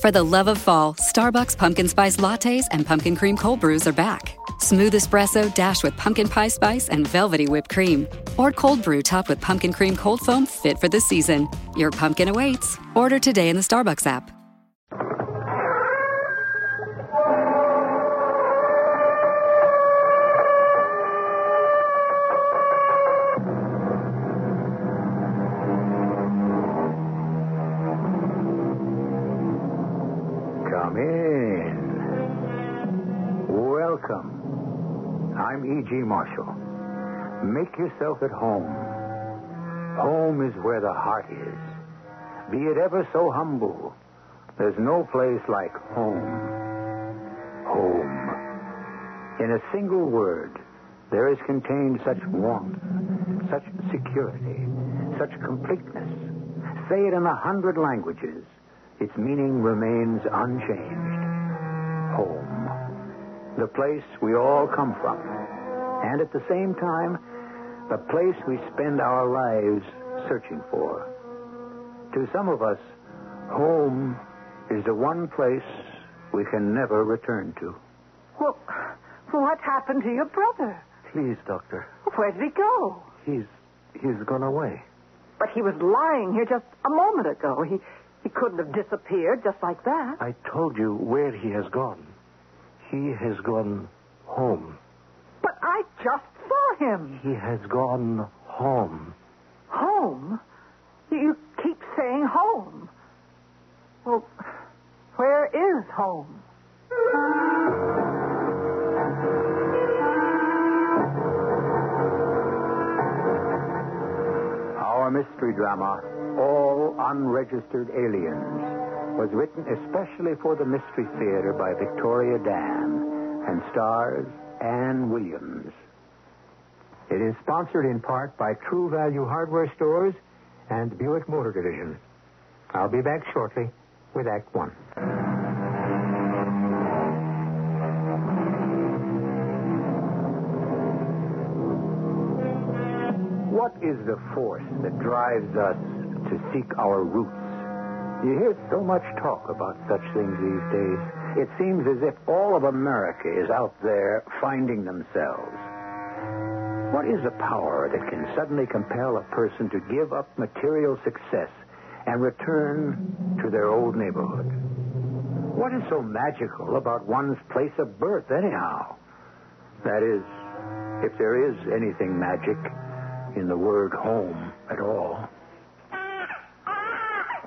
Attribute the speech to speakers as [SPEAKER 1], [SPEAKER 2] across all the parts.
[SPEAKER 1] For the love of fall, Starbucks pumpkin spice lattes and pumpkin cream cold brews are back. Smooth espresso dashed with pumpkin pie spice and velvety whipped cream. Or cold brew topped with pumpkin cream cold foam fit for the season. Your pumpkin awaits. Order today in the Starbucks app.
[SPEAKER 2] Come in. Welcome. I'm E.G. Marshall. Make yourself at home. Home is where the heart is. Be it ever so humble, there's no place like home. Home. In a single word, there is contained such warmth, such security, such completeness. Say it in a hundred languages, its meaning remains unchanged. Home. The place we all come from. And at the same time, the place we spend our lives searching for. To some of us, home is the one place we can never return to.
[SPEAKER 3] Well, what happened to your brother?
[SPEAKER 2] Please, Doctor.
[SPEAKER 3] Where did he go?
[SPEAKER 2] He's he's gone away.
[SPEAKER 3] But he was lying here just a moment ago. He he couldn't have disappeared just like that.
[SPEAKER 2] I told you where he has gone. He has gone home.
[SPEAKER 3] But I just saw him.
[SPEAKER 2] He has gone home.
[SPEAKER 3] Home? You, you keep saying home. Well, where is home?
[SPEAKER 2] Our mystery drama, All Unregistered Aliens, was written especially for the Mystery Theater by Victoria Dan and stars Ann Williams. It is sponsored in part by True Value Hardware Stores and Buick Motor Division. I'll be back shortly with Act One. What is the force that drives us to seek our roots? You hear so much talk about such things these days. It seems as if all of America is out there finding themselves. What is the power that can suddenly compel a person to give up material success and return to their old neighborhood? What is so magical about one's place of birth, anyhow? That is, if there is anything magic in the word home at all.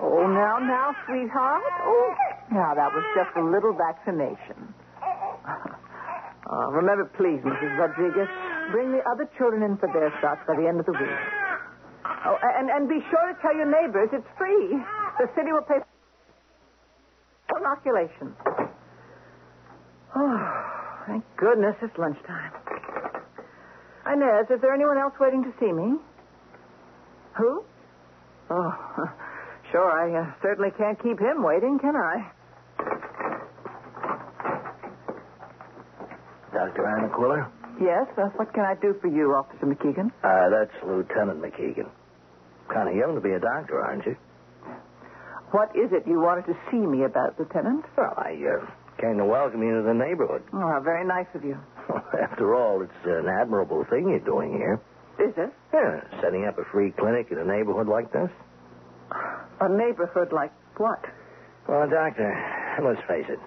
[SPEAKER 3] Oh, now, now, sweetheart. Oh, now that was just a little vaccination. Uh, remember, please, Mrs. Rodriguez, bring the other children in for their shots by the end of the week. Oh, and, and be sure to tell your neighbors it's free. The city will pay for inoculation. Oh, thank goodness it's lunchtime. Inez, is there anyone else waiting to see me? Who? Oh, sure, I uh, certainly can't keep him waiting, can I?
[SPEAKER 4] Dr. Annaquiller?
[SPEAKER 3] Yes, uh, what can I do for you, Officer McKeegan?
[SPEAKER 4] Uh, that's Lieutenant McKeegan. Kind of young to be a doctor, aren't you?
[SPEAKER 3] What is it you wanted to see me about, Lieutenant?
[SPEAKER 4] Well, I uh, came to welcome you to the neighborhood.
[SPEAKER 3] Oh, how very nice of you.
[SPEAKER 4] After all, it's an admirable thing you're doing here.
[SPEAKER 3] Is it?
[SPEAKER 4] Yeah, setting up a free clinic in a neighborhood like this.
[SPEAKER 3] A neighborhood like what?
[SPEAKER 4] Well, Doctor, let's face it.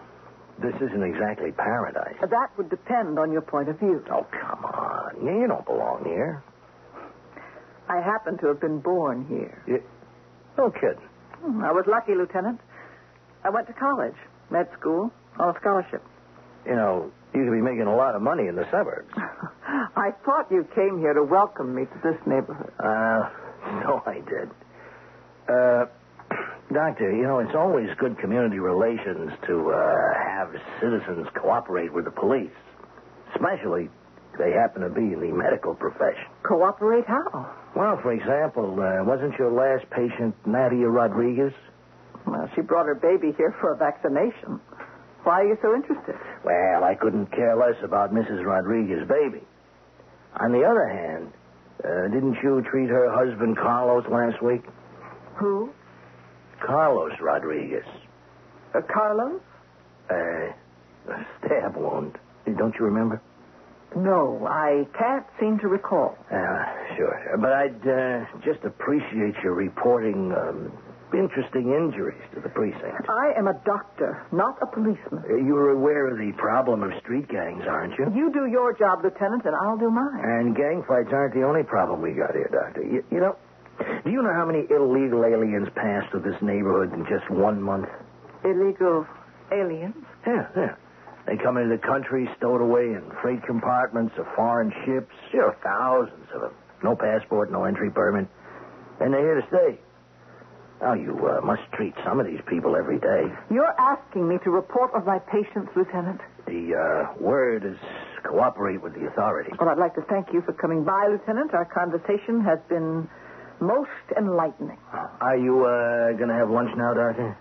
[SPEAKER 4] This isn't exactly paradise.
[SPEAKER 3] That would depend on your point of view.
[SPEAKER 4] Oh, come on. You don't belong here.
[SPEAKER 3] I happen to have been born here.
[SPEAKER 4] You... No kidding.
[SPEAKER 3] Hmm, I was lucky, Lieutenant. I went to college, med school, on a scholarship.
[SPEAKER 4] You know, you could be making a lot of money in the suburbs.
[SPEAKER 3] I thought you came here to welcome me to this neighborhood.
[SPEAKER 4] Uh, no, I did. Uh, doctor, you know, it's always good community relations to uh, have citizens cooperate with the police, especially if they happen to be in the medical profession.
[SPEAKER 3] Cooperate how?
[SPEAKER 4] Well, for example, uh, wasn't your last patient Nadia Rodriguez?
[SPEAKER 3] Well, she brought her baby here for a vaccination. Why are you so interested?
[SPEAKER 4] Well, I couldn't care less about Mrs. Rodriguez's baby. On the other hand, uh, didn't you treat her husband Carlos last week?
[SPEAKER 3] Who?
[SPEAKER 4] Carlos Rodriguez.
[SPEAKER 3] Uh, Carlos?
[SPEAKER 5] Uh, A stab wound. Don't you remember?
[SPEAKER 3] No, I can't seem to recall.
[SPEAKER 5] Uh, sure. But I'd uh, just appreciate your reporting um, interesting injuries to the precinct.
[SPEAKER 3] I am a doctor, not a policeman.
[SPEAKER 5] Uh, You're aware of the problem of street gangs, aren't you?
[SPEAKER 3] You do your job, Lieutenant, and I'll do mine.
[SPEAKER 5] And gang fights aren't the only problem we got here, Doctor. You, you know, do you know how many illegal aliens passed through this neighborhood in just one month?
[SPEAKER 3] Illegal aliens?
[SPEAKER 5] Yeah, yeah. They come into the country stowed away in freight compartments of foreign ships. There are thousands of them. No passport, no entry permit. And they're here to stay. Now, you uh, must treat some of these people every day.
[SPEAKER 3] You're asking me to report of my patients, Lieutenant.
[SPEAKER 5] The uh, word is cooperate with the authorities.
[SPEAKER 3] Well, I'd like to thank you for coming by, Lieutenant. Our conversation has been most enlightening.
[SPEAKER 5] Are you uh, going to have lunch now, Doctor?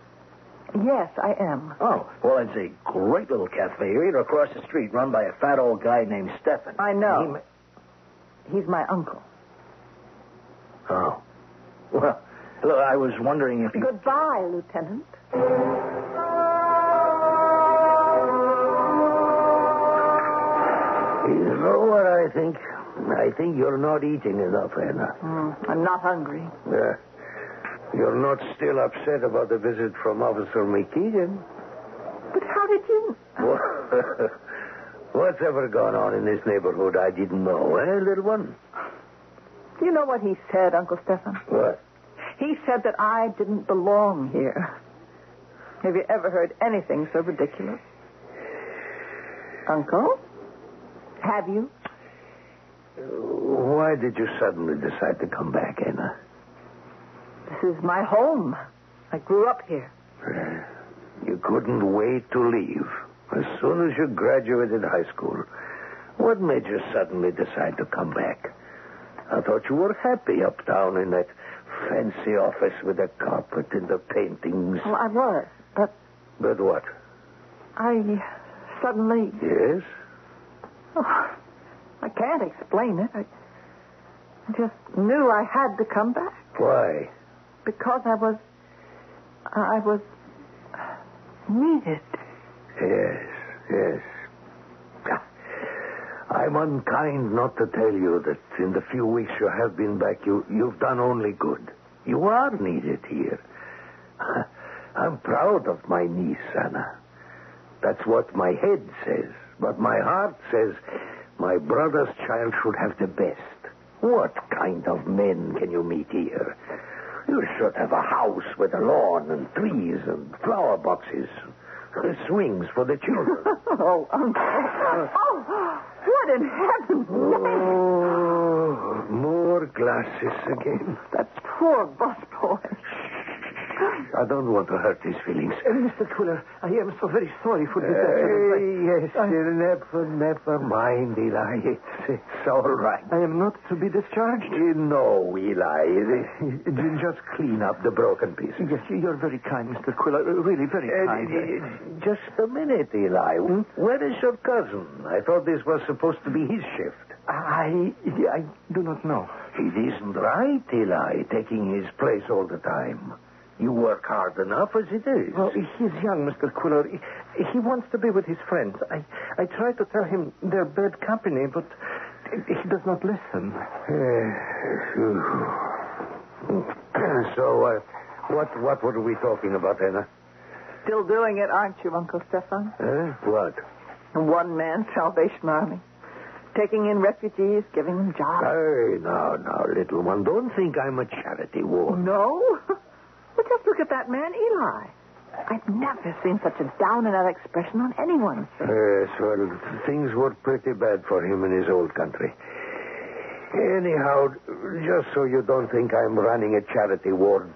[SPEAKER 3] Yes, I am.
[SPEAKER 5] Oh, well, it's a great little cafe right across the street run by a fat old guy named Stefan.
[SPEAKER 3] I know.
[SPEAKER 5] He ma-
[SPEAKER 3] He's my uncle.
[SPEAKER 5] Oh. Well, look, I was wondering if you...
[SPEAKER 3] Goodbye, Lieutenant.
[SPEAKER 5] You know what I think? I think you're not eating enough, Anna.
[SPEAKER 3] Hmm, I'm not hungry.
[SPEAKER 2] Yeah. Uh, You're not still upset about the visit from Officer McKeegan.
[SPEAKER 3] But how did you?
[SPEAKER 2] What's ever gone on in this neighborhood I didn't know, eh, little one?
[SPEAKER 3] Do you know what he said, Uncle Stefan?
[SPEAKER 2] What?
[SPEAKER 3] He said that I didn't belong here. Have you ever heard anything so ridiculous? Uncle? Have you?
[SPEAKER 2] Why did you suddenly decide to come back, Anna?
[SPEAKER 3] This is my home. I grew up here.
[SPEAKER 2] Uh, You couldn't wait to leave as soon as you graduated high school. What made you suddenly decide to come back? I thought you were happy up town in that fancy office with the carpet and the paintings.
[SPEAKER 3] Well, I was, but
[SPEAKER 2] But what?
[SPEAKER 3] I suddenly.
[SPEAKER 2] Yes?
[SPEAKER 3] Oh, I can't explain it. I, I just knew I had to come back
[SPEAKER 2] Why?
[SPEAKER 3] because I was. I was needed.
[SPEAKER 2] Yes, yes. I'm unkind not to tell you that in the few weeks you have been back, you, you've done only good. You are needed here. I'm proud of my niece, Anna. That's what my head says, but my heart says my brother's child should have the best. What kind of men can you meet here? You should have a house with a lawn and trees and flower boxes, swings for the children.
[SPEAKER 3] Oh, Uncle. Oh, what in heaven's name?
[SPEAKER 2] Oh, more glasses again.
[SPEAKER 3] That poor busboy.
[SPEAKER 2] I don't want to hurt his feelings. Uh,
[SPEAKER 6] Mr. Quiller, Uh, I am so very sorry for this accident.
[SPEAKER 2] Eh, yes, eh, never, never mind, Eli. It's, it's all right.
[SPEAKER 6] I am not to be discharged.
[SPEAKER 2] Eh, No, Eli. Eh, eh, Just clean up the broken pieces.
[SPEAKER 6] Yes, you're very kind, Mr. Quiller. uh, Really very
[SPEAKER 2] Eh,
[SPEAKER 6] kind. Hmm?
[SPEAKER 2] eh, Just a minute, Eli. Where is your cousin? I thought this was supposed to be his shift.
[SPEAKER 6] I I do not know.
[SPEAKER 2] It isn't right, Eli, taking his place all the time. You work hard enough as it is.
[SPEAKER 6] Well, he's young, Mr. Quiller. He, he wants to be with his friends. I I try to tell him they're bad company, but he does not listen.
[SPEAKER 2] Eh, so, uh, what what were we talking about, Anna?
[SPEAKER 3] Still doing it, aren't you, Uncle Stefan?
[SPEAKER 6] Eh?
[SPEAKER 2] Huh? What?
[SPEAKER 3] The one man Salvation Army. Taking in refugees, giving them jobs.
[SPEAKER 2] Hey, now, now, little one, don't think I'm a charity war.
[SPEAKER 3] Oh, No? Well, just look at that man, Eli. I've never seen such a down and out expression on anyone's face.
[SPEAKER 2] Yes, well, Uh, things were pretty bad for him in his old country. Anyhow, just so you don't think I'm running a charity ward,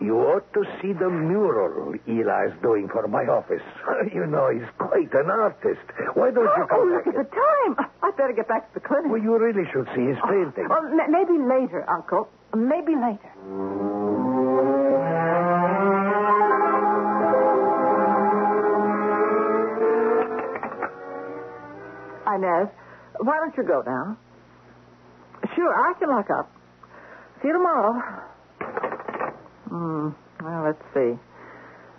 [SPEAKER 2] you ought to see the mural Eli's doing for my office. you know, he's quite an artist. Why don't you
[SPEAKER 3] oh,
[SPEAKER 2] come
[SPEAKER 3] look at
[SPEAKER 2] back?
[SPEAKER 3] the time. I'd better get back to the clinic.
[SPEAKER 2] Well, you really should see his painting.
[SPEAKER 3] Oh, ma- maybe later, Uncle. Maybe later. Inez, why don't you go now? Sure, I can lock up. See you tomorrow. Hmm. Well, let's see.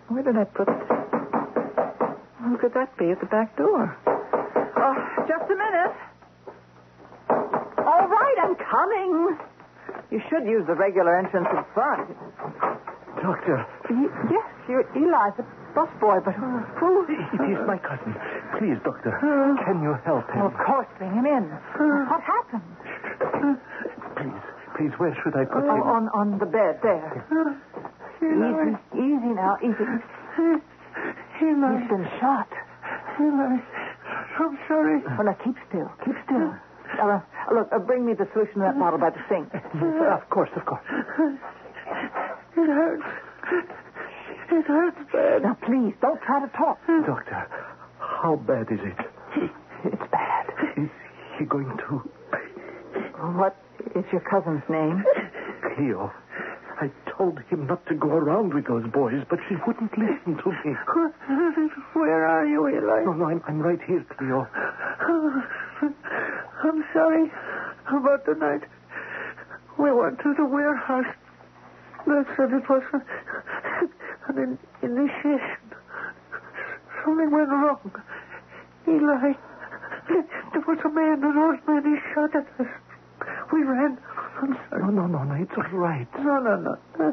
[SPEAKER 3] Where did I put? Who could that be at the back door? Oh, just a minute. All right, I'm coming. You should use the regular entrance in front.
[SPEAKER 2] Doctor,
[SPEAKER 3] Y- yes, you're Eli, the busboy, but who?
[SPEAKER 2] it is my cousin. Please, doctor, can you help
[SPEAKER 3] Well, of
[SPEAKER 2] him?
[SPEAKER 3] course, bring him in. What happened?
[SPEAKER 2] Please, please, where should I put
[SPEAKER 3] Oh,
[SPEAKER 2] him?
[SPEAKER 3] on, on the bed, there. Easy, easy now, easy. He's been shot.
[SPEAKER 2] Eli, I'm sorry.
[SPEAKER 3] Well, now keep still, keep still. Uh, look, uh, bring me the solution to that bottle by the sink.
[SPEAKER 2] Yes, of course, of course. It hurts. It hurts bad.
[SPEAKER 3] Now, please, don't try to talk.
[SPEAKER 2] Doctor, how bad is it?
[SPEAKER 3] It's bad.
[SPEAKER 2] Is he going to
[SPEAKER 3] What is your cousin's name?
[SPEAKER 2] Cleo? I told him not to go around with those boys, but she wouldn't listen to me. Where are you, Eli? No, no, I'm, I'm right here, Cleo. I'm sorry about the night. We went to the warehouse. That's said it was an, an initiation. Something went wrong. Eli, there was a man, an old man, he shot at us. We ran. I'm sorry. No, no, no, no, it's all right. No, no, no. Uh,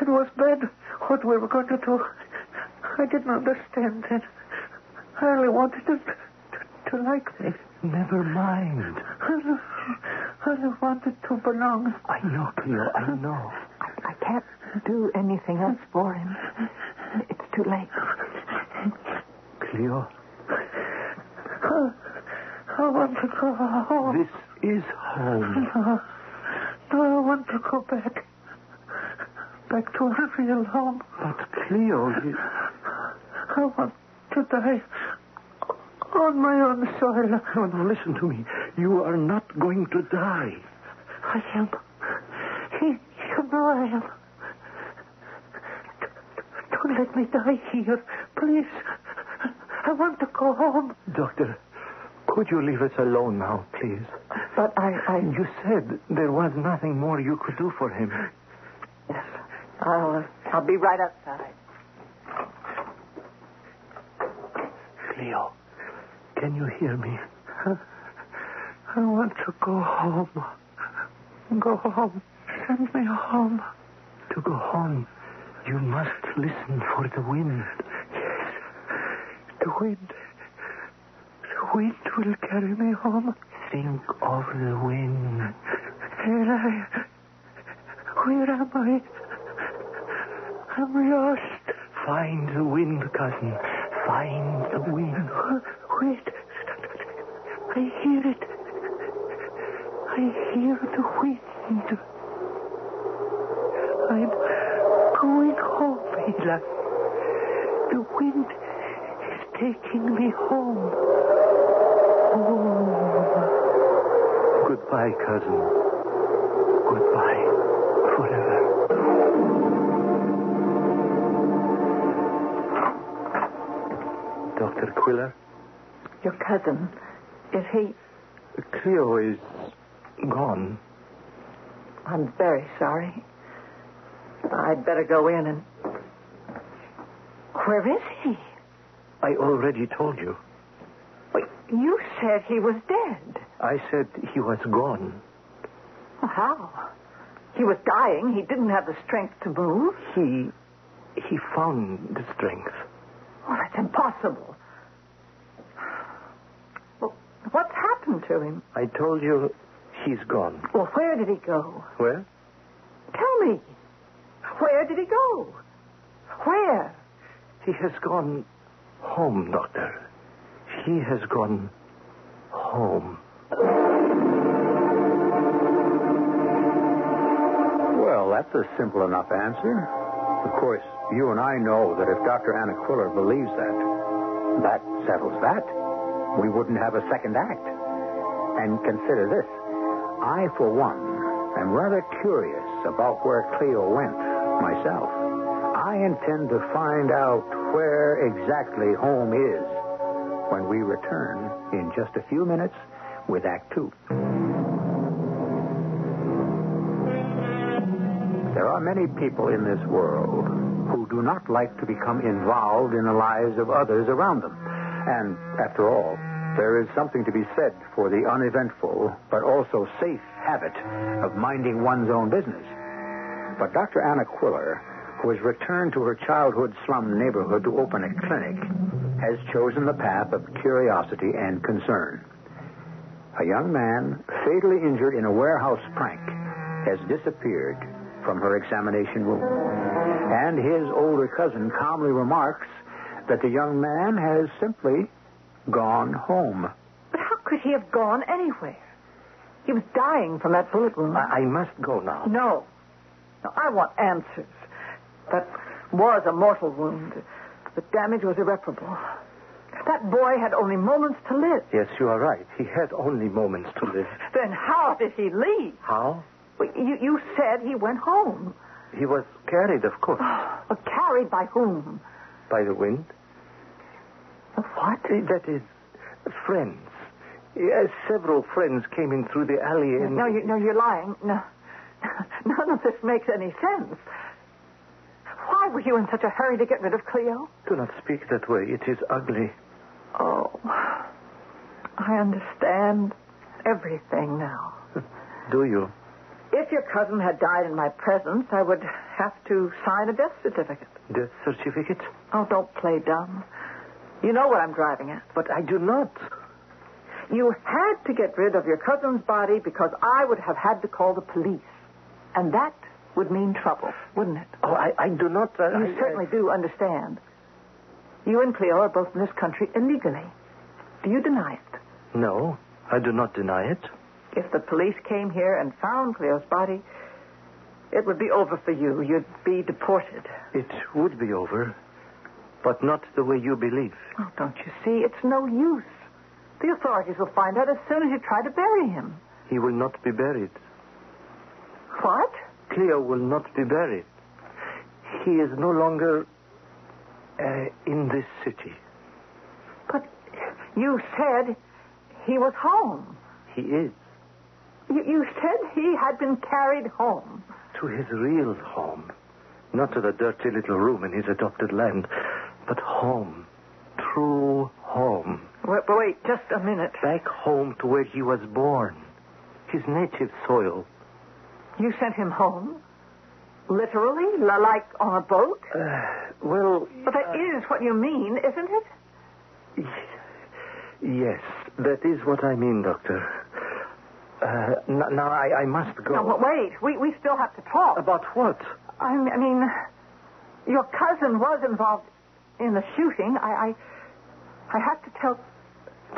[SPEAKER 2] It was bad what we were going to do. I didn't understand then. I only wanted to, to, to like me. Never mind. I only wanted to belong. I know, Cleo, I know.
[SPEAKER 3] I can't do anything else for him. It's too late.
[SPEAKER 2] Cleo. I want to go home. This is home. No, I want to go back. Back to our real home. But Cleo, I want to die on my own soil. No, no, listen to me. You are not going to die. I am. You know I am. Don't let me die here, please. I want to go home. Doctor, could you leave us alone now, please?
[SPEAKER 3] But I, I,
[SPEAKER 2] You said there was nothing more you could do for him.
[SPEAKER 3] Yes. I'll, uh, I'll be right outside.
[SPEAKER 2] Cleo, can you hear me? I want to go home. Go home. Send me home. To go home, you must listen for the wind. Yes. The wind. The wind will carry me home. Think of the wind. Eli, where am I? I'm lost. Find the wind, cousin. Find the wind. Wait. I hear it. I hear the wind. I'm going home, Eli. The wind is taking me home. Home. Goodbye, cousin. Goodbye forever. Dr. Quiller?
[SPEAKER 3] Your cousin, is he?
[SPEAKER 2] Cleo is gone.
[SPEAKER 3] I'm very sorry. I'd better go in and. Where is he?
[SPEAKER 2] I already told you.
[SPEAKER 3] Wait, you said he was dead.
[SPEAKER 2] I said he was gone.
[SPEAKER 3] Well, how? He was dying. He didn't have the strength to move.
[SPEAKER 2] He. he found the strength.
[SPEAKER 3] Well, Oh, that's impossible. Well, what's happened to him?
[SPEAKER 2] I told you he's gone.
[SPEAKER 3] Well, where did he go?
[SPEAKER 2] Where?
[SPEAKER 3] Tell me. Where did he go? Where?
[SPEAKER 2] He has gone home, Doctor. He has gone home.
[SPEAKER 7] Well, that's a simple enough answer. Of course, you and I know that if Dr. Anna Quiller believes that, that settles that. We wouldn't have a second act. And consider this I, for one, am rather curious about where Cleo went myself. I intend to find out where exactly home is when we return in just a few minutes with Act Two. There are many people in this world who do not like to become involved in the lives of others around them.
[SPEAKER 8] And after all, there is something to be said for the uneventful, but also safe habit of minding one's own business. But Dr. Anna Quiller, who has returned to her childhood slum neighborhood to open a clinic, has chosen the path of curiosity and concern. A young man, fatally injured in a warehouse prank, has disappeared from her examination room. And his older cousin calmly remarks that the young man has simply gone home.
[SPEAKER 3] But how could he have gone anywhere? He was dying from that bullet wound.
[SPEAKER 2] I, I must go now.
[SPEAKER 3] No. No, I want answers. That was a mortal wound. The damage was irreparable. That boy had only moments to live.
[SPEAKER 2] Yes, you are right. He had only moments to live.
[SPEAKER 3] Then how did he leave?
[SPEAKER 2] How?
[SPEAKER 3] Well, You, you said he went home.
[SPEAKER 2] He was carried, of course,
[SPEAKER 3] Oh, But carried by whom?
[SPEAKER 2] by the wind.
[SPEAKER 3] What?
[SPEAKER 2] That is, friends. Yes, several friends came in through the alley and.
[SPEAKER 3] No, you, no, you're lying. No. None of this makes any sense. Why were you in such a hurry to get rid of Cleo?
[SPEAKER 2] Do not speak that way. It is ugly.
[SPEAKER 3] Oh, I understand everything now.
[SPEAKER 2] Do you?
[SPEAKER 3] If your cousin had died in my presence, I would have to sign a death certificate.
[SPEAKER 2] Death certificate?
[SPEAKER 3] Oh, don't play dumb. You know what I'm driving at.
[SPEAKER 2] But I do not.
[SPEAKER 3] You had to get rid of your cousin's body because I would have had to call the police. And that would mean trouble, wouldn't it?
[SPEAKER 2] Oh, I, I do not. Uh,
[SPEAKER 3] You
[SPEAKER 2] I-
[SPEAKER 3] certainly do understand. You and Cleo are both in this country illegally. Do you deny it?
[SPEAKER 2] I- no, I do not deny it.
[SPEAKER 3] If the police came here and found Cleo's body, it would be over for you. You'd be deported.
[SPEAKER 2] It would be over, but not the way you believe.
[SPEAKER 3] Oh, don't you see? It's no use. The authorities will find out as soon as you try to bury him.
[SPEAKER 2] He will not be buried.
[SPEAKER 3] What?
[SPEAKER 2] Cleo will not be buried. He is no longer uh, in this city.
[SPEAKER 3] But you said he was home.
[SPEAKER 2] He is
[SPEAKER 3] You, you said he had been carried home.
[SPEAKER 2] to his real home, not to the dirty little room in his adopted land, but home, true home,
[SPEAKER 3] Wait, wait just a minute.
[SPEAKER 2] back home to where he was born, his native soil.
[SPEAKER 3] You sent him home? Literally? L- like on a boat?
[SPEAKER 2] Uh, Well,
[SPEAKER 3] But that is what you mean, isn't it?
[SPEAKER 2] yes, that is what I mean, Doctor. Uh, n- now I, I must go.
[SPEAKER 3] No, but wait. We, we still have to talk.
[SPEAKER 2] About what?
[SPEAKER 3] I m- I mean, your cousin was involved in the shooting. I, I, I have to tell.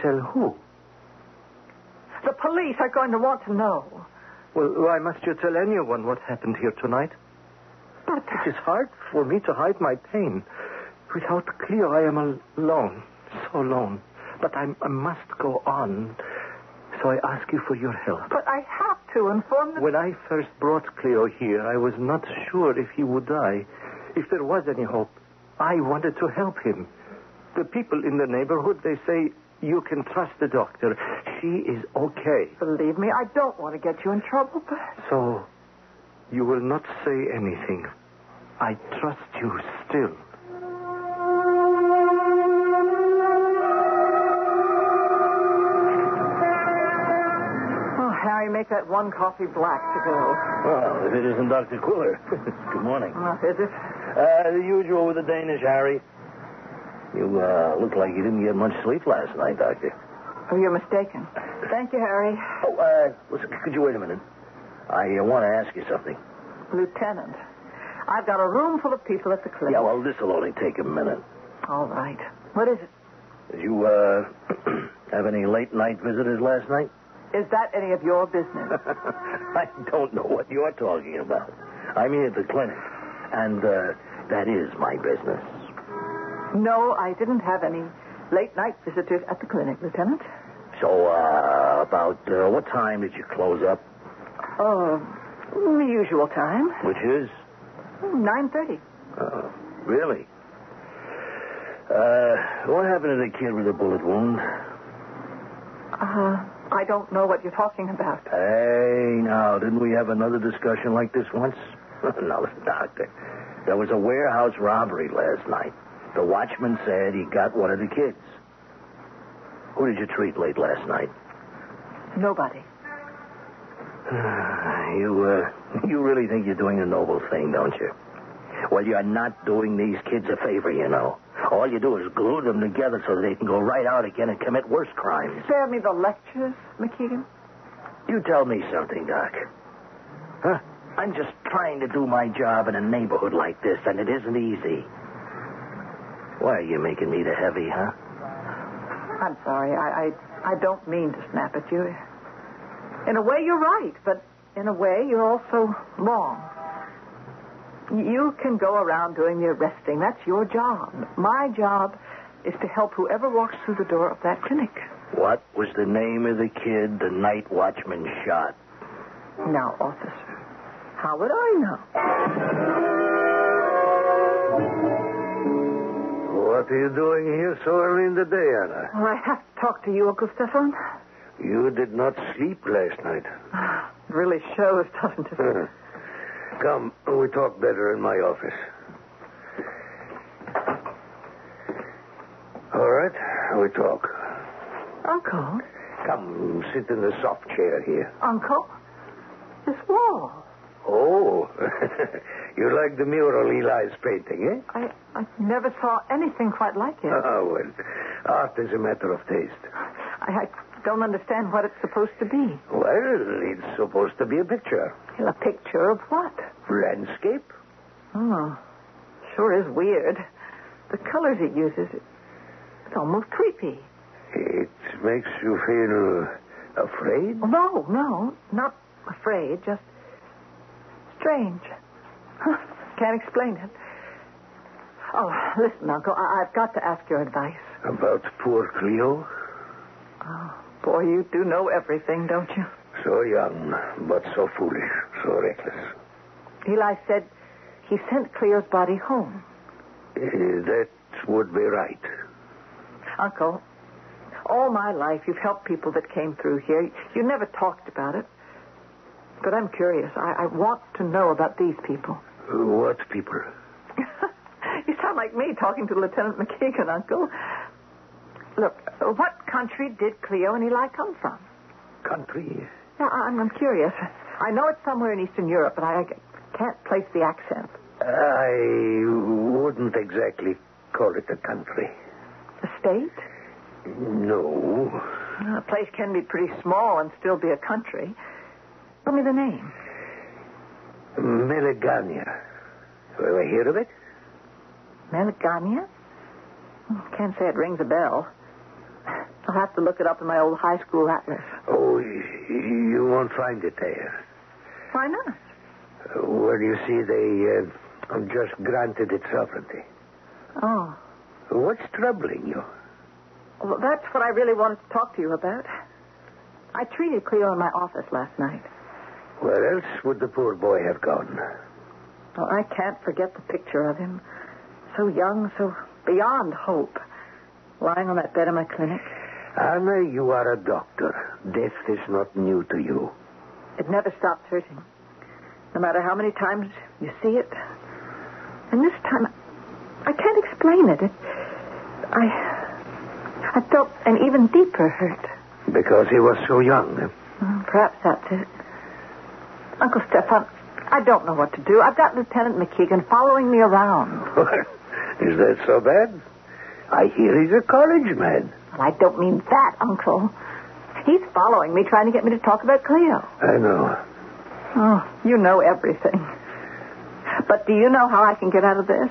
[SPEAKER 2] Tell who?
[SPEAKER 3] The police are going to want to know.
[SPEAKER 2] Well, why must you tell anyone what happened here tonight?
[SPEAKER 3] But
[SPEAKER 2] It is hard for me to hide my pain. Without Cleo, I am al- alone, so alone. But I, I must go on, so I ask you for your help.
[SPEAKER 3] but I have to inform the.
[SPEAKER 2] When I first brought Cleo here, I was not sure if he would die, if there was any hope. I wanted to help him. The people in the neighborhood, they say, you can trust the doctor. She is okay.
[SPEAKER 3] Believe me, I don't want to get you in trouble, but
[SPEAKER 2] So, you will not say anything. I trust you still.
[SPEAKER 3] oh, Harry, make that one coffee black to go.
[SPEAKER 2] Well, if it isn't Dr. Quiller. Good morning.
[SPEAKER 3] Enough, is it?
[SPEAKER 2] Uh, the usual with the Danish, Harry. You uh, look like you didn't get much sleep last night, Doctor.
[SPEAKER 3] Oh, you're mistaken. Thank you, Harry.
[SPEAKER 2] Oh, uh, listen, could you wait a minute? I uh, want to ask you something.
[SPEAKER 3] Lieutenant, I've got a room full of people at the clinic.
[SPEAKER 2] Yeah, well, this will only take a minute.
[SPEAKER 3] All right. What is it?
[SPEAKER 2] Did you uh, have any late night visitors last night?
[SPEAKER 3] Is that any of your business?
[SPEAKER 2] I don't know what you're talking about. I'm here at the clinic, and uh, that is my business.
[SPEAKER 3] no, I didn't have any late night visitors at the clinic, Lieutenant.
[SPEAKER 2] So, uh, about uh, what time did you close up?
[SPEAKER 3] Oh, the usual time,
[SPEAKER 2] Which is?
[SPEAKER 3] 9.30.
[SPEAKER 2] Uh, really? Uh, what happened to the kid with the bullet wound?
[SPEAKER 3] Uh, I don't know what you're talking about.
[SPEAKER 2] Hey, now, didn't we have another discussion like this once? no, Doctor. There was a warehouse robbery last night. The watchman said he got one of the kids. Who did you treat late last night?
[SPEAKER 3] Nobody.
[SPEAKER 2] You, uh, you really think you're doing a noble thing, don't you? Well, you're not doing these kids a favor, you know. All you do is glue them together so they can go right out again and commit worse crimes.
[SPEAKER 3] Spare me the lectures, McKeegan.
[SPEAKER 2] You tell me something, Doc. Huh? I'm just trying to do my job in a neighborhood like this, and it isn't easy. Why are you making me the heavy, huh?
[SPEAKER 3] I'm sorry. I, I, I don't mean to snap at you. In a way, you're right, but in a way, you're also wrong. You can go around doing the arresting. That's your job. My job is to help whoever walks through the door of that clinic.
[SPEAKER 2] What was the name of the kid the night watchman shot?
[SPEAKER 3] Now, officer, how would I know?
[SPEAKER 2] What are you doing here so early in the day, Anna?
[SPEAKER 3] Well, I have to talk to you, Uncle Stefan.
[SPEAKER 2] You did not sleep last night.
[SPEAKER 3] It really shows, doesn't it?
[SPEAKER 2] Huh. Come, we talk better in my office. All right, we talk.
[SPEAKER 3] Uncle?
[SPEAKER 2] Come, sit in the soft chair here.
[SPEAKER 3] Uncle? This wall.
[SPEAKER 2] Oh, you like the mural Eli's painting, eh?
[SPEAKER 3] I, I never saw anything quite like it.
[SPEAKER 2] Oh, well, art is a matter of taste.
[SPEAKER 3] I, I don't understand what it's supposed to be.
[SPEAKER 2] Well, it's supposed to be a picture.
[SPEAKER 3] A picture of what?
[SPEAKER 2] Landscape?
[SPEAKER 3] Oh, sure is weird. The colors it uses, it's almost creepy.
[SPEAKER 2] It makes you feel afraid?
[SPEAKER 3] No, no, not afraid, just strange. Can't explain it. Oh, listen, Uncle, I- I've got to ask your advice.
[SPEAKER 2] About poor Cleo?
[SPEAKER 3] Oh, boy, you do know everything, don't you?
[SPEAKER 2] So young, but so foolish, so reckless.
[SPEAKER 3] Eli said he sent Cleo's body home.
[SPEAKER 2] Eh, That would be right.
[SPEAKER 3] Uncle, all my life you've helped people that came through here. You never talked about it. But I'm curious. I, I want to know about these people.
[SPEAKER 2] What people?
[SPEAKER 3] you sound like me talking to Lieutenant McKeegan, Uncle. Look, uh, what country did Cleo and Eli come from?
[SPEAKER 2] Country.
[SPEAKER 3] Now, I- I'm, I'm curious. I know it's somewhere in Eastern Europe, but I, I can't place the accent.
[SPEAKER 2] I wouldn't exactly call it a country.
[SPEAKER 3] A state?
[SPEAKER 2] No.
[SPEAKER 3] A place can be pretty small and still be a country. Tell me the name.
[SPEAKER 2] Melegania. You ever hear of it?
[SPEAKER 3] Melgania? Hmm, Can't say it rings a bell. I'll have to look it up in my old high school atlas.
[SPEAKER 2] Oh, y- you won't find it there.
[SPEAKER 3] Why not?
[SPEAKER 2] Well, you see, they uh, just granted it sovereignty.
[SPEAKER 3] Oh,
[SPEAKER 2] What's troubling you?
[SPEAKER 3] well, that's what I really wanted to talk to you about. I treated Cleo in my office last night.
[SPEAKER 2] Where else would the poor boy have gone?
[SPEAKER 3] Oh, I can't forget the picture of him. So young, so beyond hope. Lying on that bed in my clinic.
[SPEAKER 2] Anna, you are a doctor. Death is not new to you.
[SPEAKER 3] It never stops hurting. No matter how many times you see it. And this time, I can't explain it. it I, I felt an even deeper hurt.
[SPEAKER 2] Because he was so young.
[SPEAKER 3] Mm, Perhaps that's it. Uncle Stefan, I don't know what to do. I've got Lieutenant McKeegan following me around.
[SPEAKER 2] is that so bad? I hear he's a college man.
[SPEAKER 3] Well, I don't mean that, Uncle. He's following me, trying to get me to talk about Cleo.
[SPEAKER 2] I know.
[SPEAKER 3] Oh, you know everything. But do you know how I can get out of this?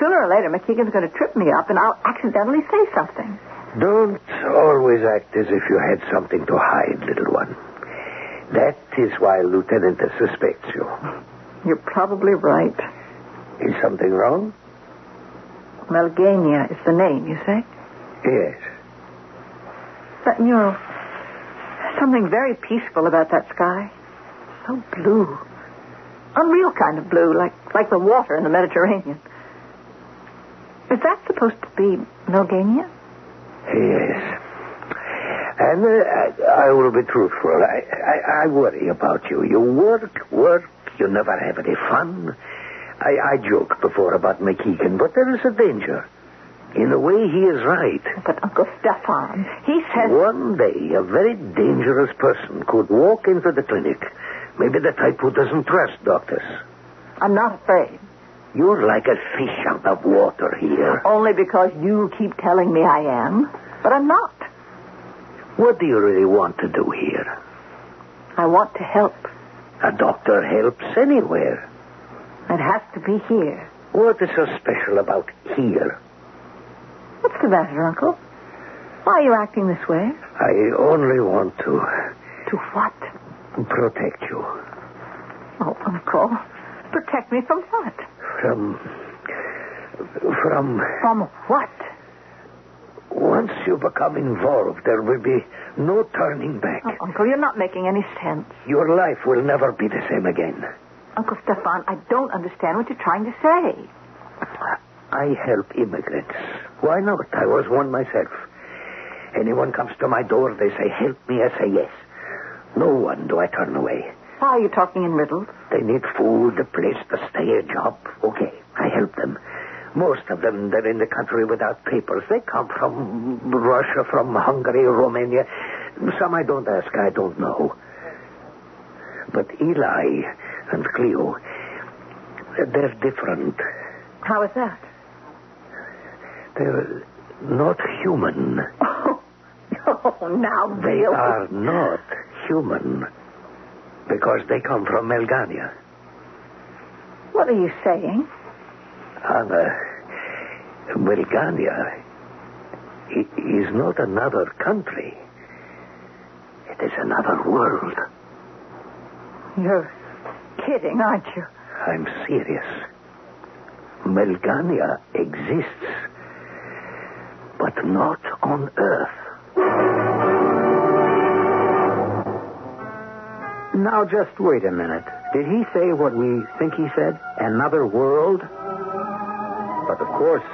[SPEAKER 3] Sooner or later, McKeegan's going to trip me up, and I'll accidentally say something.
[SPEAKER 2] Don't always act as if you had something to hide, little one. That is why Lieutenant suspects you.
[SPEAKER 3] You're probably right.
[SPEAKER 2] Is something wrong?
[SPEAKER 3] Melgania is the name, you say?
[SPEAKER 2] Yes.
[SPEAKER 3] That mural. Something very peaceful about that sky. So blue. Unreal kind of blue, like, like the water in the Mediterranean. Is that supposed to be Melgania?
[SPEAKER 2] Yes. And uh, I, I will be truthful. I, I, I worry about you. You work, work. You never have any fun. I, I joked before about McKeegan, but there is a danger. In a way, he is right.
[SPEAKER 3] But Uncle Stefan, he says.
[SPEAKER 2] One day, a very dangerous person could walk into the clinic. Maybe the type who doesn't trust doctors.
[SPEAKER 3] I'm not afraid.
[SPEAKER 2] You're like a fish out of water here.
[SPEAKER 3] Only because you keep telling me I am. But I'm not.
[SPEAKER 2] What do you really want to do here?
[SPEAKER 3] I want to help.
[SPEAKER 2] A doctor helps anywhere.
[SPEAKER 3] It has to be here.
[SPEAKER 2] What is so special about here?
[SPEAKER 3] What's the matter, Uncle? Why are you acting this way?
[SPEAKER 2] I only want to
[SPEAKER 3] To what?
[SPEAKER 2] protect you
[SPEAKER 3] Oh, Uncle, protect me from what?
[SPEAKER 2] from. from.
[SPEAKER 3] From what?
[SPEAKER 2] Once you become involved, there will be no turning back.
[SPEAKER 3] Oh, Uncle, you're not making any sense.
[SPEAKER 2] Your life will never be the same again.
[SPEAKER 3] Uncle Stefan, I don't understand what you're trying to say.
[SPEAKER 2] I help immigrants. Why not? I was one myself. Anyone comes to my door, they say, help me, I say yes. No one do I turn away.
[SPEAKER 3] Why are you talking in riddles?
[SPEAKER 2] They need food, a place to stay, a job. Okay, I help them. Most of them, they're in the country without papers. They come from Russia, from Hungary, Romania. Some I don't ask, I don't know. But Eli and Cleo, they're different.
[SPEAKER 3] How is that?
[SPEAKER 2] They're not human.
[SPEAKER 3] Oh, now,
[SPEAKER 2] They
[SPEAKER 3] really?
[SPEAKER 2] are not human because they come from Melgania.
[SPEAKER 3] What are you saying?
[SPEAKER 2] Anna, uh, Melgania i- is not another country. It is another world.
[SPEAKER 3] You're kidding, aren't you?
[SPEAKER 2] I'm serious. Melgania exists, but not on Earth.
[SPEAKER 8] Now, just wait a minute. Did he say what we think he said? Another world? But of course,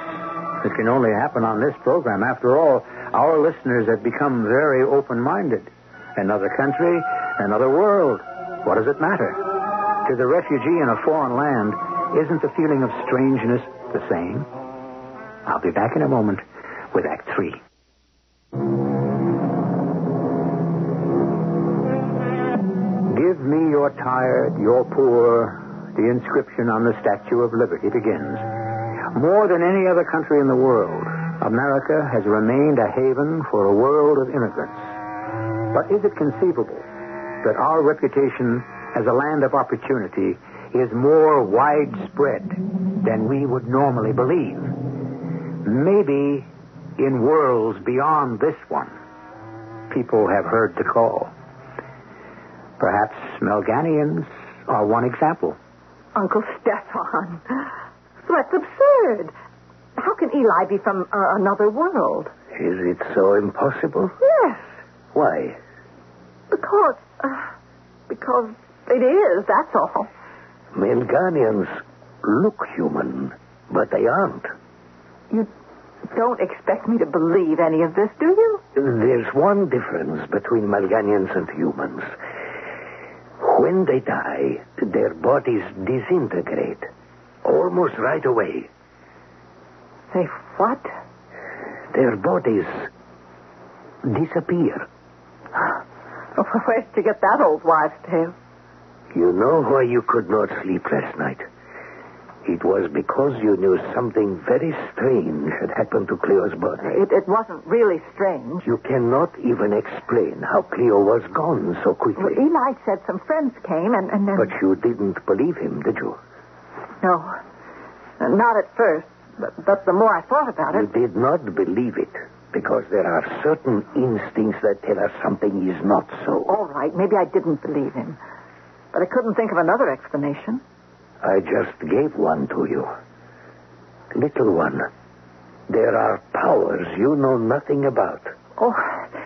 [SPEAKER 8] it can only happen on this program. After all, our listeners have become very open minded. Another country, another world. What does it matter? To the refugee in a foreign land, isn't the feeling of strangeness the same? I'll be back in a moment with Act Three. Give me your tired, your poor. The inscription on the Statue of Liberty begins. More than any other country in the world, America has remained a haven for a world of immigrants. But is it conceivable that our reputation as a land of opportunity is more widespread than we would normally believe? Maybe in worlds beyond this one, people have heard the call. Perhaps Melganians are one example.
[SPEAKER 3] Uncle Stefan. That's absurd. How can Eli be from uh, another world?
[SPEAKER 2] Is it so impossible?
[SPEAKER 3] Yes,
[SPEAKER 2] Why?
[SPEAKER 3] because. Uh, because it is, that's all.
[SPEAKER 2] Melganians look human, but they aren't.
[SPEAKER 3] You don't expect me to believe any of this, do you?
[SPEAKER 2] There's one difference between Malganians and humans. When they die, their bodies disintegrate almost right away.
[SPEAKER 3] Say what?
[SPEAKER 2] Their bodies disappear.
[SPEAKER 3] Where'd you get that old wives' tale?
[SPEAKER 2] You know why you could not sleep last night? It was because you knew something very strange had happened to Cleo's body.
[SPEAKER 3] It, it wasn't really strange.
[SPEAKER 2] You cannot even explain how Cleo was gone so
[SPEAKER 3] Well,
[SPEAKER 2] quickly.
[SPEAKER 3] Eli said some friends came and, and then.
[SPEAKER 2] But you didn't believe him, did you?
[SPEAKER 3] No, not at first. But, but the more I thought about
[SPEAKER 2] You
[SPEAKER 3] it,
[SPEAKER 2] did not believe it because there are certain instincts that tell us something is not so.
[SPEAKER 3] all right, maybe I didn't believe him. But I couldn't think of another explanation.
[SPEAKER 2] I just gave one to you. Little one, there are powers you know nothing about.
[SPEAKER 3] Oh,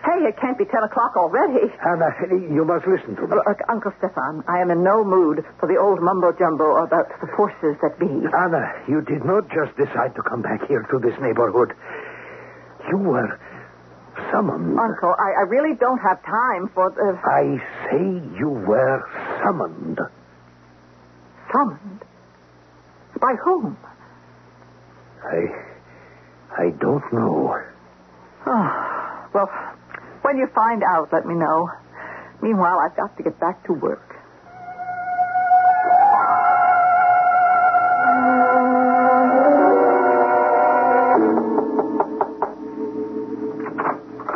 [SPEAKER 3] hey, it can't be 10 o'clock already.
[SPEAKER 2] Anna, you must listen to me.
[SPEAKER 3] Uh, Uncle Stefan, I am in no mood for the old mumbo jumbo about the forces that be.
[SPEAKER 2] Anna, you did not just decide to come back here to this neighborhood. You were summoned.
[SPEAKER 3] Uncle, I, I really don't have time for the
[SPEAKER 2] I say you were summoned.
[SPEAKER 3] summoned. By whom?
[SPEAKER 2] I.
[SPEAKER 9] I don't know.
[SPEAKER 3] Oh, well, when you find out, let me know. Meanwhile, I've got to get back to work.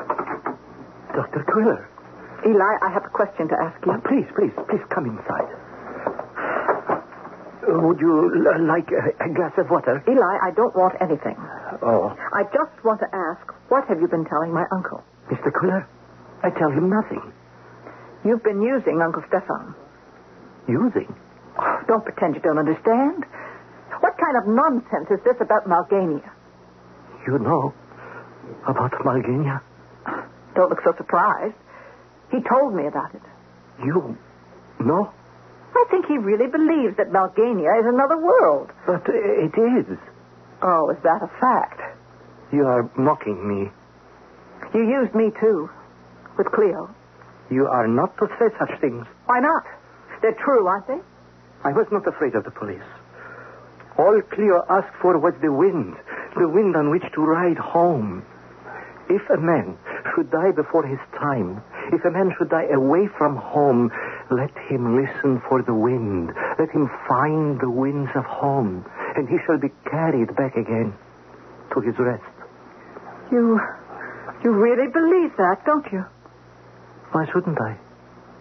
[SPEAKER 2] Dr. Quiller.
[SPEAKER 3] Eli, I have a question to ask you.
[SPEAKER 2] Oh, please, please, please come inside. Uh, Would you l- like a, a glass of water?
[SPEAKER 3] Eli, I don't want anything.
[SPEAKER 2] Oh,
[SPEAKER 3] I just want to ask, what have you been telling my uncle?
[SPEAKER 2] Mr. Quiller, I tell him nothing.
[SPEAKER 3] You've been using Uncle Stefan.
[SPEAKER 2] Using?
[SPEAKER 3] Oh, don't pretend you don't understand. What kind of nonsense is this about Malgania?
[SPEAKER 2] You know about Malgenia?
[SPEAKER 3] Don't look so surprised. He told me about it.
[SPEAKER 2] You know?
[SPEAKER 3] I think he really believes that Malgania is another world.
[SPEAKER 2] But it is.
[SPEAKER 3] Oh, is that a fact?
[SPEAKER 2] You are mocking me.
[SPEAKER 3] You used me, too, with Cleo.
[SPEAKER 2] You are not to say such things.
[SPEAKER 3] Why not? They're true, aren't they?
[SPEAKER 2] I was not afraid of the police. All Cleo asked for was the wind, the wind on which to ride home. If a man should die before his time, if a man should die away from home, let him listen for the wind. Let him find the winds of home, and he shall be carried back again to his rest.
[SPEAKER 3] You. You really believe that, don't you?
[SPEAKER 2] Why shouldn't I?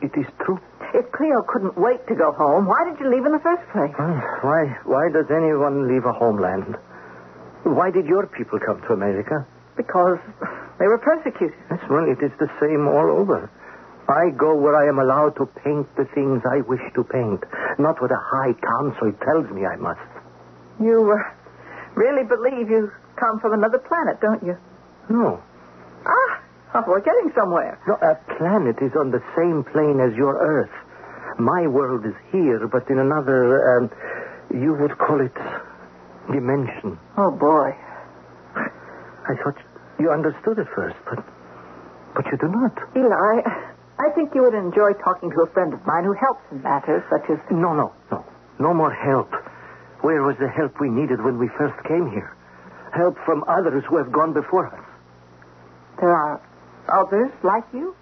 [SPEAKER 2] It is true.
[SPEAKER 3] If Cleo couldn't wait to go home, why did you leave in the first place?
[SPEAKER 2] Well, Ah, Why, why does anyone leave a homeland? Why did your people come to America?
[SPEAKER 3] Because they were persecuted.
[SPEAKER 2] Yes, well, it is the same all over. I go where I am allowed to paint the things I wish to paint, not what a high council tells me I must.
[SPEAKER 3] You uh, really believe you come from another planet, don't you?
[SPEAKER 2] No.
[SPEAKER 3] Ah, oh, we're getting somewhere.
[SPEAKER 2] No, a planet is on the same plane as your Earth. My world is here, but in another, um, you would call it dimension.
[SPEAKER 3] Oh, boy.
[SPEAKER 2] I thought you understood at first, but but you do not.
[SPEAKER 3] Eli, I think you would enjoy talking to a friend of mine who helps in matters such as.
[SPEAKER 2] No, no, no. No more help. Where was the help we needed when we first came here? Help from others who have gone before us.
[SPEAKER 3] There are others like you?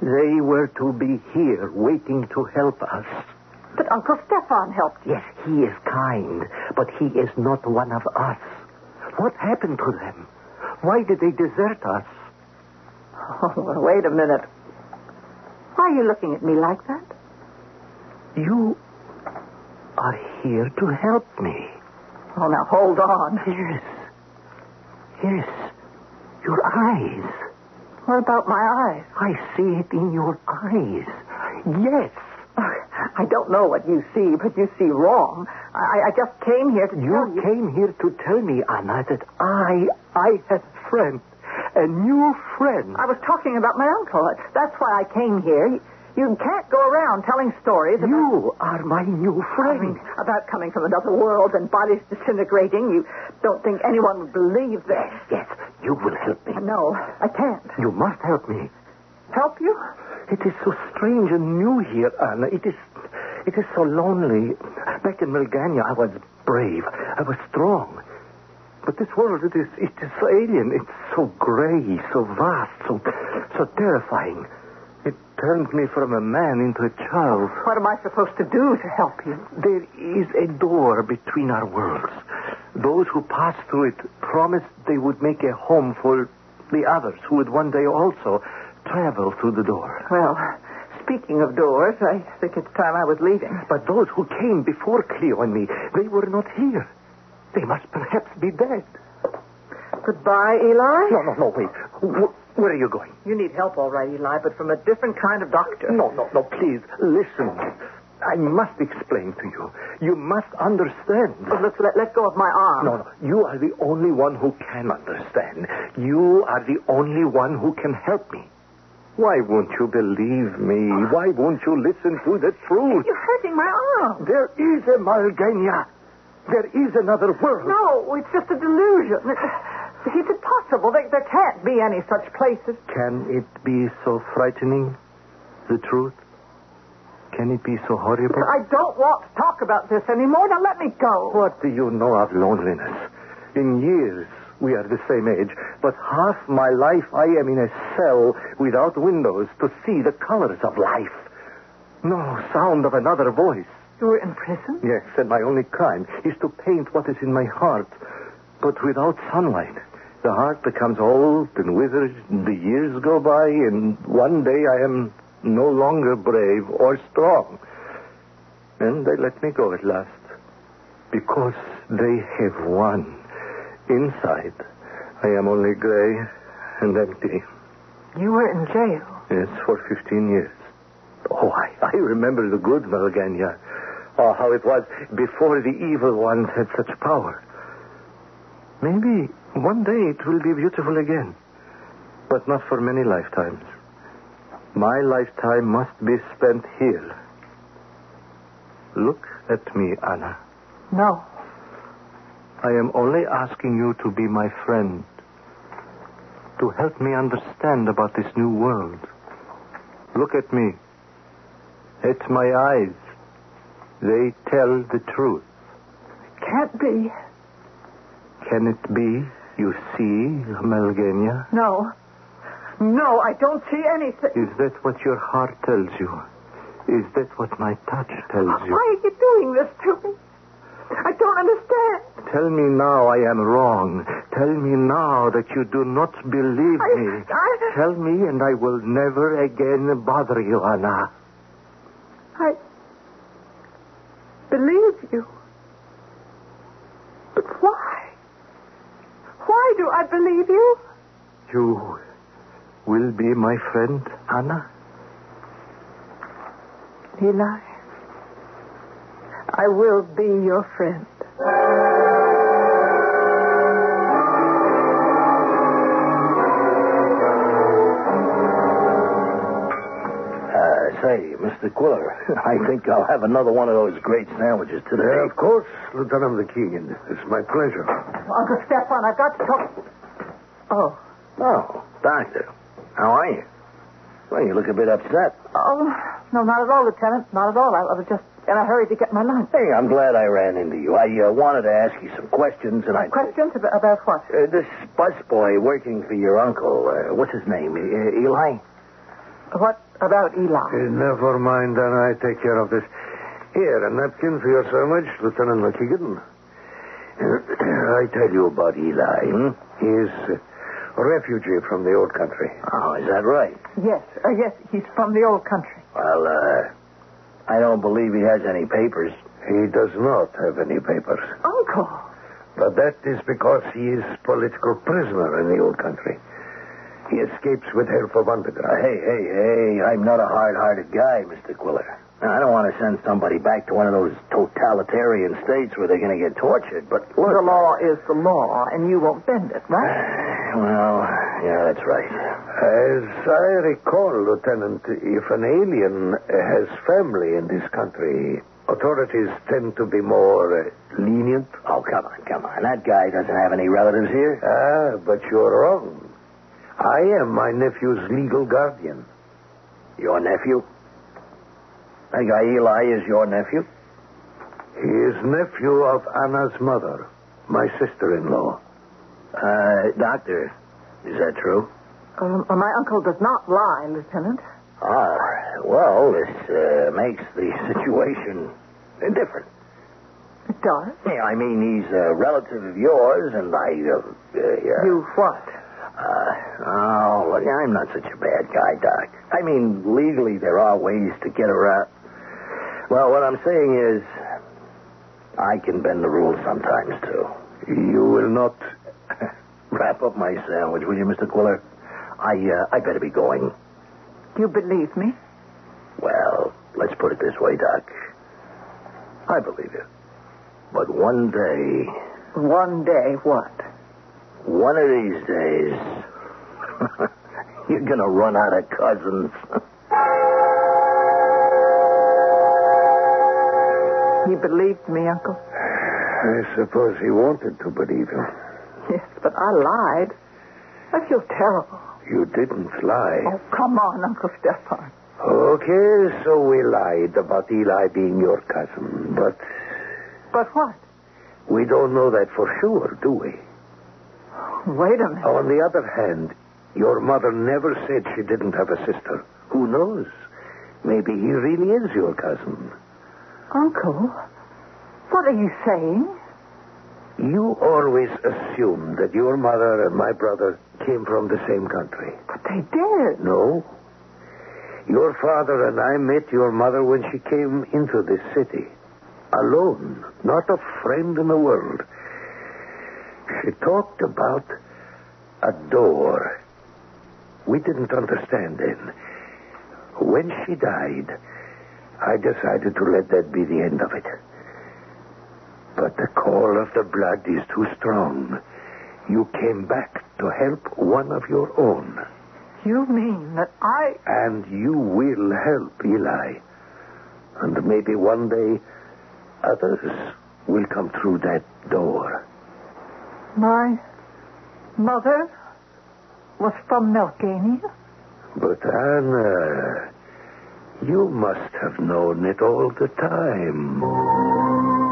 [SPEAKER 2] They were to be here waiting to help us.
[SPEAKER 3] But Uncle Stefan helped you.
[SPEAKER 2] Yes, he is kind, but he is not one of us. What happened to them? Why did they desert us?
[SPEAKER 3] Oh, well, wait a minute. Why are you looking at me like that?
[SPEAKER 2] You are here to help me.
[SPEAKER 3] Oh, now hold on.
[SPEAKER 2] Yes. Yes. Your eyes.
[SPEAKER 3] What about my eyes?
[SPEAKER 2] I see it in your eyes. Yes.
[SPEAKER 3] I don't know Oh, what you see, but you see wrong. I, I just came here to tell
[SPEAKER 2] You came here to tell me, Anna, that I, I have a friend. A new friend.
[SPEAKER 3] I was talking about my uncle. That's why I came here. You, you can't go around telling stories about,
[SPEAKER 2] You are my new
[SPEAKER 3] I
[SPEAKER 2] friend.
[SPEAKER 3] mean, about coming from another world and bodies disintegrating. You don't think anyone would believe that.
[SPEAKER 2] Yes, you will help me.
[SPEAKER 3] No, I can't.
[SPEAKER 2] You must help me.
[SPEAKER 3] Help you?
[SPEAKER 2] It is so strange and new here, Anna. It is, it is so lonely. Back in Melgania, I was brave. I was strong. But this world, it is, it is so alien. It's so gray, so vast, so, so terrifying. It turned me from a man into a child.
[SPEAKER 3] What am I supposed to do to help you?
[SPEAKER 2] There is a door between our worlds. Those who pass through it promised they would make a home for the others who would one day also travel through the door.
[SPEAKER 3] Well, speaking of doors, I think it's time I was leaving.
[SPEAKER 2] But those who came before Cleo and me, they were not here. They must perhaps be dead.
[SPEAKER 3] Goodbye, Eli.
[SPEAKER 2] No, no, no, wait. Wh- Where are you going?
[SPEAKER 3] You need help, all right, Eli, but from a different kind of doctor.
[SPEAKER 2] No, no, no, please, listen. I must explain to you. You must understand.
[SPEAKER 3] Look, let, let go of my arm.
[SPEAKER 2] No, no. You are the only one who can understand. You are the only one who can help me. Why won't you believe me? Why won't you listen to the truth?
[SPEAKER 3] You're hurting my arm.
[SPEAKER 2] There is a Malgania. There is another world.
[SPEAKER 3] No, it's just a delusion. Is it possible? There, there can't be any such places.
[SPEAKER 2] Can it be so frightening? The truth? Can it be so horrible?
[SPEAKER 3] I don't want to talk about this anymore. Now let me go.
[SPEAKER 2] What do you know of loneliness? In years, We are the same age, but half my life I am in a cell without windows to see the colors of life. No sound of another voice.
[SPEAKER 3] You were in prison?
[SPEAKER 2] Yes, and my only crime is to paint what is in my heart. But without sunlight, the heart becomes old and withered. The years go by, and one day I am no longer brave or strong. And they let me go at last because they have won. Inside, I am only gray and empty.
[SPEAKER 3] You were in jail.
[SPEAKER 2] Yes, for 15 years. Oh, I, I remember the good Malgania. Oh, how it was before the evil ones had such power. Maybe one day it will be beautiful again, but not for many lifetimes. My lifetime must be spent here. Look at me, Anna.
[SPEAKER 3] No.
[SPEAKER 2] I am only asking you to be my friend, to help me understand about this new world. Look at me. At my eyes. They tell the truth.
[SPEAKER 3] Can't be.
[SPEAKER 2] Can it be you see, Malgenia?
[SPEAKER 3] No. No, I don't see anything.
[SPEAKER 2] Is that what your heart tells you? Is that what my touch tells you?
[SPEAKER 3] Why are you doing this to me? I don't understand.
[SPEAKER 2] Tell me now I am wrong. Tell me now that you do not believe
[SPEAKER 3] I-
[SPEAKER 2] me.
[SPEAKER 3] I-
[SPEAKER 2] Tell me, and I will never again bother you, Anna.
[SPEAKER 3] I believe you. But why? Why do I believe you?
[SPEAKER 2] You will be my friend, Anna?
[SPEAKER 3] Eli, I will be your friend.
[SPEAKER 10] Uh, say, Mr. Quiller, I think I'll have another one of those great sandwiches today.
[SPEAKER 2] of course, Lieutenant McKeegan. It's my pleasure.
[SPEAKER 3] Uncle Stefan, I've got to talk. Oh.
[SPEAKER 10] Oh, doctor, how are you? Well, you look a bit upset.
[SPEAKER 3] Oh, no, not at all, Lieutenant. Not at all. I, I was just in a hurry to get my lunch.
[SPEAKER 10] Hey, I'm glad I ran into you. I uh, wanted to ask you some questions, and I
[SPEAKER 3] Questions about, about what?
[SPEAKER 10] Uh, this busboy working for your uncle, uh, what's his name? Uh, Eli?
[SPEAKER 3] What about Eli?
[SPEAKER 2] Never mind, Anna. I take care of this. Here, a napkin for your sandwich, Lieutenant McKeegan.
[SPEAKER 10] I tell you about Eli. Hmm?
[SPEAKER 2] He's a refugee from the old country.
[SPEAKER 10] Oh, is that right?
[SPEAKER 3] Yes, uh, yes, he's from the old country.
[SPEAKER 10] Well, uh, I don't believe he has any papers.
[SPEAKER 2] He does not have any papers.
[SPEAKER 3] Uncle.
[SPEAKER 2] But that is because he is political prisoner in the old country. He escapes with help of
[SPEAKER 10] Uh,
[SPEAKER 2] underground.
[SPEAKER 10] hey, hey, hey, I'm not a hard-hearted guy, Mr. Quiller. Now, I don't want to send somebody back to one of those totalitarian states where they're going to get tortured, but look.
[SPEAKER 3] The law is the law, and you won't bend it, right?
[SPEAKER 10] Well, yeah, that's right.
[SPEAKER 2] As I recall, Lieutenant, if an alien has family in this country, authorities tend to be more uh, lenient.
[SPEAKER 10] Oh, come on, come on. That guy doesn't have any relatives here.
[SPEAKER 2] Ah, but you're wrong. I am my nephew's legal guardian.
[SPEAKER 10] Your nephew? That guy Eli is your nephew?
[SPEAKER 2] He is nephew of Anna's mother, my sister-in-law.
[SPEAKER 10] Uh, doctor, is that true?
[SPEAKER 3] Um, well, my uncle does not lie, Lieutenant.
[SPEAKER 10] Ah, well, this uh, makes the situation different.
[SPEAKER 3] It does.
[SPEAKER 10] Yeah, I mean, he's a relative of yours, and I, uh, uh,
[SPEAKER 3] You what?
[SPEAKER 10] Uh, oh, look, I'm not such a bad guy, Doc. I mean, legally, there are ways to get around. Well, what I'm saying is, I can bend the rules sometimes, too.
[SPEAKER 2] You will not...
[SPEAKER 10] Wrap up my sandwich, will you, Mr. Quiller? I, uh, I better be going.
[SPEAKER 3] You believe me?
[SPEAKER 10] Well, let's put it this way, Doc. I believe you. But one day,
[SPEAKER 3] One day, what?
[SPEAKER 10] one of these days, you're going to run out of cousins.
[SPEAKER 3] He believed me, Uncle.
[SPEAKER 2] I suppose he wanted to believe you.
[SPEAKER 3] Yes, but I lied. I feel terrible.
[SPEAKER 2] You didn't lie.
[SPEAKER 3] Oh, come on, Uncle Stefan.
[SPEAKER 2] Okay, so we lied about Eli being your cousin, but
[SPEAKER 3] But what?
[SPEAKER 2] we don't know that for sure, do we?
[SPEAKER 3] Wait a minute.
[SPEAKER 11] On the other hand, your mother never said she didn't have a sister. Who knows? Maybe he really is your cousin.
[SPEAKER 3] Uncle, what are you saying?
[SPEAKER 11] You always assumed that your mother and my brother came from the same country.
[SPEAKER 3] But they did.
[SPEAKER 11] No. Your father and I met your mother when she came into this city. Alone, not a friend in the world. She talked about a door. We didn't understand then. When she died, I decided to let that be the end of it. But the call of the blood is too strong. You came back to help one of your own.
[SPEAKER 3] You mean that I.
[SPEAKER 11] And you will help Eli. And maybe one day others will come through that door.
[SPEAKER 3] My mother was from Melkania?
[SPEAKER 11] But, Anna, you must have known it all the time.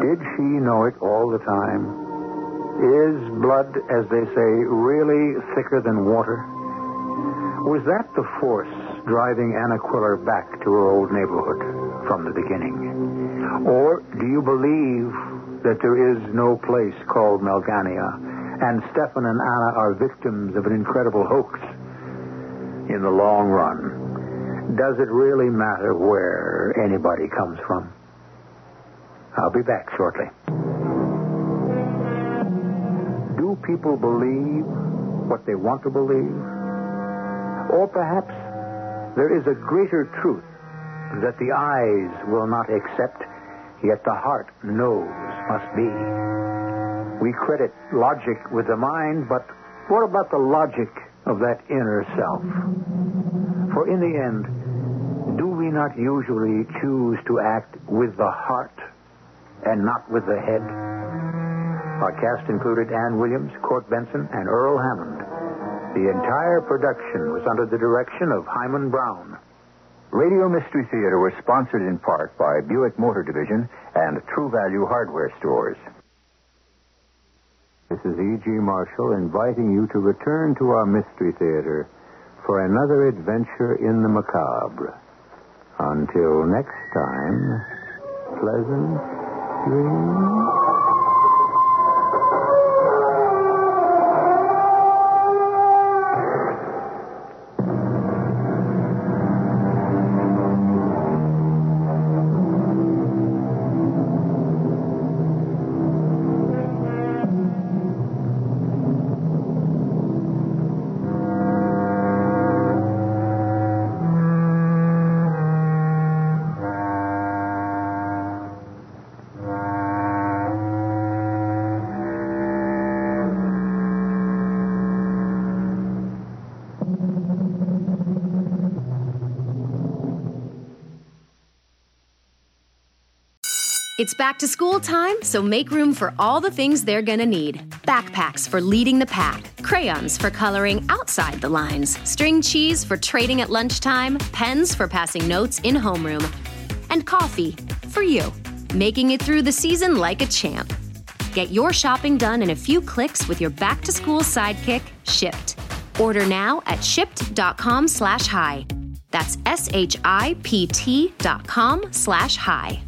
[SPEAKER 2] Did she know it all the time? Is blood, as they say, really thicker than water? Was that the force driving Anna Quiller back to her old neighborhood from the beginning? Or do you believe that there is no place called Melgania and Stefan and Anna are victims of an incredible hoax? In the long run, does it really matter where anybody comes from? I'll be back shortly. Do people believe what they want to believe? Or perhaps there is a greater truth that the eyes will not accept, yet the heart knows must be. We credit logic with the mind, but what about the logic of that inner self? For in the end, do we not usually choose to act with the heart and not with the head. Our cast included Ann Williams, Court Benson, and Earl Hammond. The entire production was under the direction of Hyman Brown.
[SPEAKER 12] Radio Mystery Theater was sponsored in part by Buick Motor Division and True Value Hardware Stores.
[SPEAKER 2] This is E.G. Marshall inviting you to return to our Mystery Theater for another adventure in the macabre. Until next time, pleasant dreams.
[SPEAKER 13] It's back to school time, so make room for all the things they're gonna need backpacks for leading the pack, crayons for coloring outside the lines, string cheese for trading at lunchtime, pens for passing notes in homeroom, and coffee for you, making it through the season like a champ. Get your shopping done in a few clicks with your back to school sidekick, Shipped. Order now at shipped.com slash high. That's S H I P T dot com slash high.